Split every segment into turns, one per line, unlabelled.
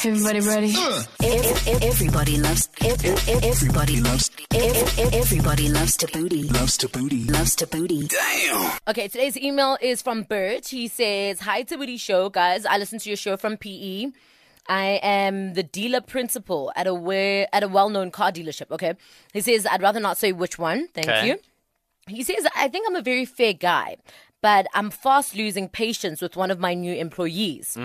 Everybody ready?
Everybody loves. Everybody loves. Everybody loves to booty.
Loves to booty.
Loves to booty.
Okay, today's email is from Bert. He says, Hi to Woody Show, guys. I listen to your show from PE. I am the dealer principal at a where, at a well known car dealership. Okay. He says, I'd rather not say which one. Thank
Okay.
you. He says, I think I'm a very fair guy, but I'm fast losing patience with one of my new employees.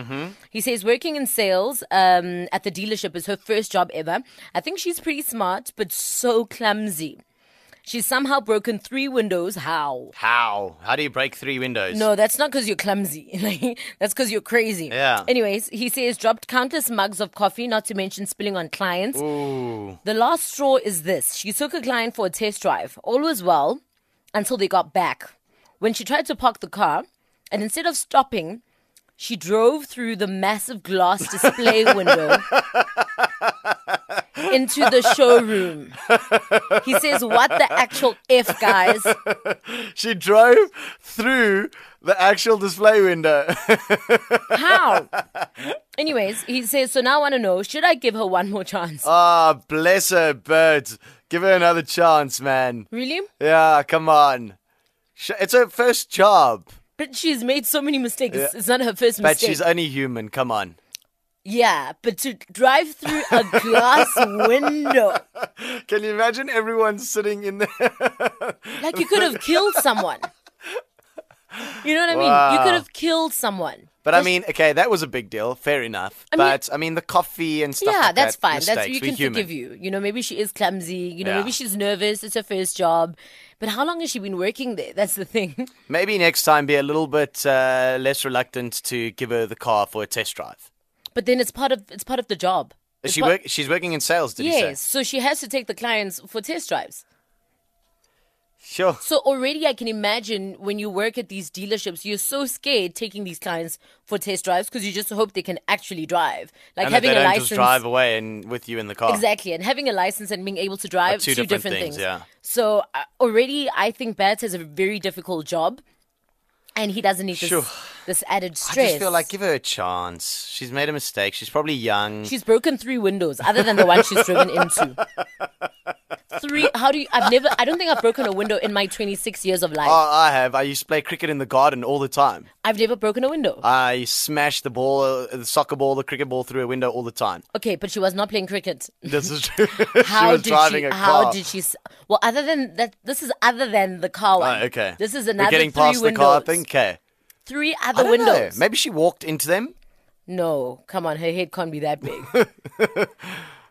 He says working in sales um, at the dealership is her first job ever. I think she's pretty smart, but so clumsy. She's somehow broken three windows. How?
How? How do you break three windows?
No, that's not because you're clumsy. Like, that's because you're crazy.
Yeah.
Anyways, he says dropped countless mugs of coffee, not to mention spilling on clients. The last straw is this. She took a client for a test drive. All was well until they got back. When she tried to park the car, and instead of stopping, she drove through the massive glass display window into the showroom. He says, What the actual F, guys?
She drove through the actual display window.
How? Anyways, he says, so now I want to know, should I give her one more chance?
Ah, bless her, Bert. Give her another chance, man.
really?
Yeah, come on. Sh- It's her first job,
But she's made so many mistakes. It's not her first
but
mistake.
she's uh, only human. Come on.
yeah, but to drive through a glass window,
Can you imagine everyone sitting in there?
like you could have killed someone. You know what I mean? You could
Wow.
have killed someone.
But I mean, okay, that was a big deal. Fair enough.
mean-
but I mean, the coffee and stuff.
yeah,
like
that's
that,
fine. that's
mistakes,
you
we're
can
human.
forgive you. You know, maybe she is clumsy. You know,
Yeah.
maybe she's nervous. It's her first job. But how long has she been working there? That's the thing.
Maybe next time be a little bit uh, less reluctant to give her the car for a test drive.
But then it's part of it's part of the job.
Is
It's
she
part-
work? She's working in sales. Did you
Yes,
say?
so she has to take the clients for test drives.
Sure.
So already I can imagine when you work at these dealerships, you're so scared taking these clients for test drives because you just hope they can actually drive. Like
and that
having
they
a
don't
license.
just drive away and with you in the car.
Exactly, and having a license and being able to drive
Are two different things, yeah.
So uh, already, I think Bats has a very difficult job, and he doesn't need this,
Sure.
this added
I
stress.
just feel like give her a chance. She's made a mistake. She's probably young.
She's broken three windows, other than the one she's driven into. Three? How do you? I've never. I don't think I've broken a window in my 26 years of life.
Oh, I have. I used to play cricket in the garden all the time.
I've never broken a window.
I smashed the ball, uh, the soccer ball, the cricket ball through a window all the time.
okay, but she was not playing cricket.
This is true.
How
she was
did
driving
she?
a
How
car.
did she? s- Well, other than that, this is other than the car one.
Oh, okay.
This is
We're
another
getting
three
past
windows.
the car thing. Okay.
Three
I
other
don't know.
windows.
Maybe she walked into them.
No, come on, her head can't be that big.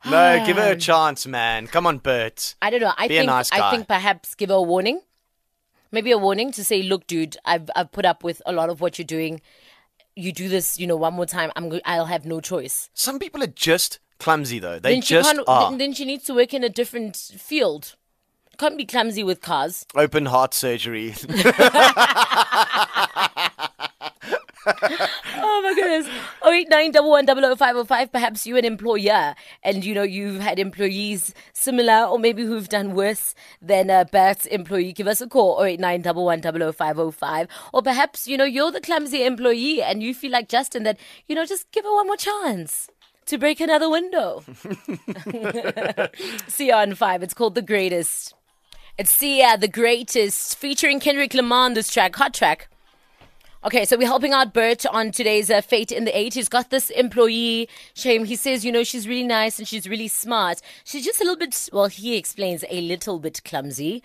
No, give her a chance, man. Come on, Bert.
I don't know. I
Be a
think
nice
I
guy.
think perhaps give her a warning. Maybe a warning to say, look, dude, I've I've put up with a lot of what you're doing. You do this, you know, one more time, I'm go- I'll have no choice.
Some people are just clumsy, though. They
then she
just
can't.
are.
Then, then she needs to work in a different field. Can't be clumsy with cars.
Open heart surgery.
Oh my goodness. Oh eight nine double one double oh five oh five. Perhaps you an employer and you know you've had employees similar or maybe who've done worse than a Bert's employee. Give us a call. Oh eight nine double one double oh five oh five. Or perhaps, you know, you're the clumsy employee and you feel like Justin that, you know, just give her one more chance. To break another window. See you on five. It's called The Greatest. It's Sia, The Greatest, featuring Kendrick Lamar on this track, hot track. Okay, so we're helping out Bert on today's uh, Fate in the Eight. He's got this employee, Shame. He says, you know, she's really nice and she's really smart. She's just a little bit, well, he explains, a little bit clumsy.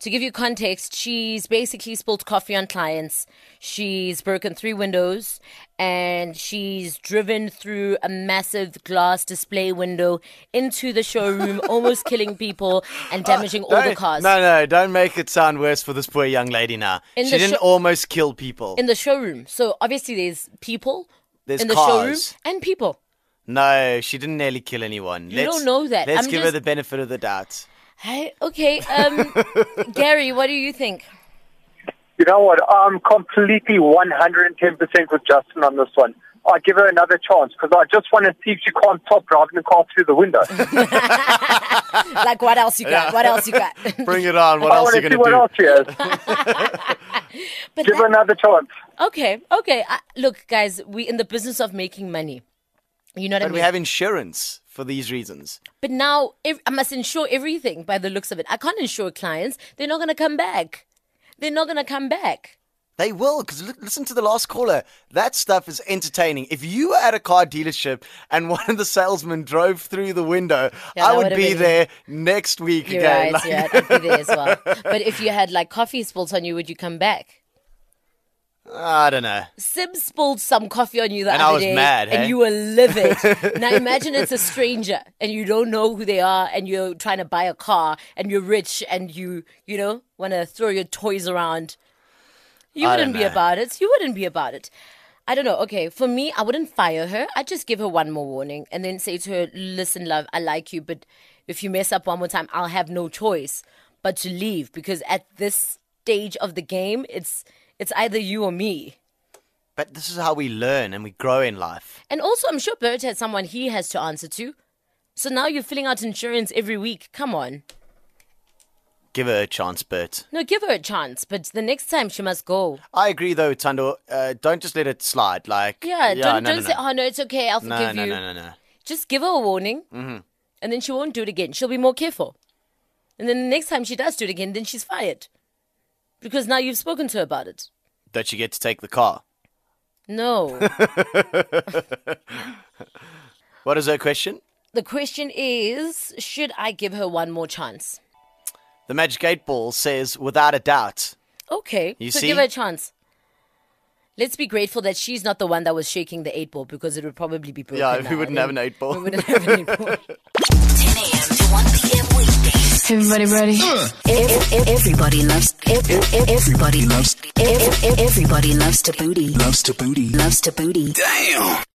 To give you context, she's basically spilled coffee on clients. She's broken three windows and she's driven through a massive glass display window into the showroom, almost killing people and damaging all the
Don't-
cars.
No, no, don't make it sound worse for this poor young lady now.
In
she
the
didn't
sho-
almost kill people.
In the showroom. So obviously there's people
There's
in the
cars.
showroom and people.
no, she didn't nearly kill anyone.
You don't know that.
Let's
I'm
give her
just-
the benefit of the doubt.
Hey, okay, um, Gary, what do you think?
You know what? I'm completely 110% with Justin on this one. I give her another chance because I just want to see if she can't stop driving the car through the window.
Like, what else you got? What else you got?
Bring it on. What
I
else
want
are you
to see
going to
what
do?
else she has.
But
Give her
that-
another chance.
okay, okay. I, look, guys, we in the business of making money. You know what I
But
mean?
we have insurance for these reasons.
But now ev- I must insure everything by the looks of it. I can't insure clients. They're not going to come back. They're not going to come back.
They will, because listen to the last caller. That stuff is entertaining. If you were at a car dealership and one of the salesmen drove through the window,
Yeah,
I
that
would
would've
be
been-
there next week
You're
again.
right.
Like,
Yeah, I'd be there as well. But if you had like coffee spilled on you, would you come back?
I don't know.
Sib spilled some coffee on you the
And I
other
was
day,
mad,
and
hey?
you were livid. now imagine it's a stranger, and you don't know who they are, and you're trying to buy a car, and you're rich, and you you know want to throw your toys around. You
I don't
wouldn't be
know.
about it. You wouldn't be about it. I don't know. Okay, for me, I wouldn't fire her. I'd just give her one more warning and then say to her, listen, love, I like you, but if you mess up one more time, I'll have no choice but to leave because at this stage of the game, it's it's either you or me.
But this is how we learn and we grow in life.
And also, I'm sure Bert has someone he has to answer to. So now you're filling out insurance every week. Come on.
Give her a chance, Bert.
No, give her a chance, but the next time she must go.
I agree, though, Tando. Uh, don't just let it slide. Like,
Yeah, don't,
no,
don't
no,
say,
no.
oh no, it's okay, I'll
no,
forgive
no,
you.
no, Mm-hmm. no, no.
Just give her a warning, and then she won't do it again. She'll be more careful. And then the next time she does do it again, then she's fired. Because now you've spoken to her about it.
Don't you get to take the car?
No.
What is her question?
the question is should I give her one more chance?
The Magic 8 Ball says, without a doubt.
Okay.
You
so
see?
give her a chance. Let's be grateful that she's not the one that was shaking the eight ball because it would probably be broken.
Yeah,
now.
we wouldn't
I
have an
mean,
8 ball.
We wouldn't have an eight ball.
10 a.m. to 1 p.m. weekdays.
Everybody ready?
E- e- e- Everybody loves. e- e- e- Everybody loves. e- e- e- Everybody loves to booty. Loves to booty. Loves to booty.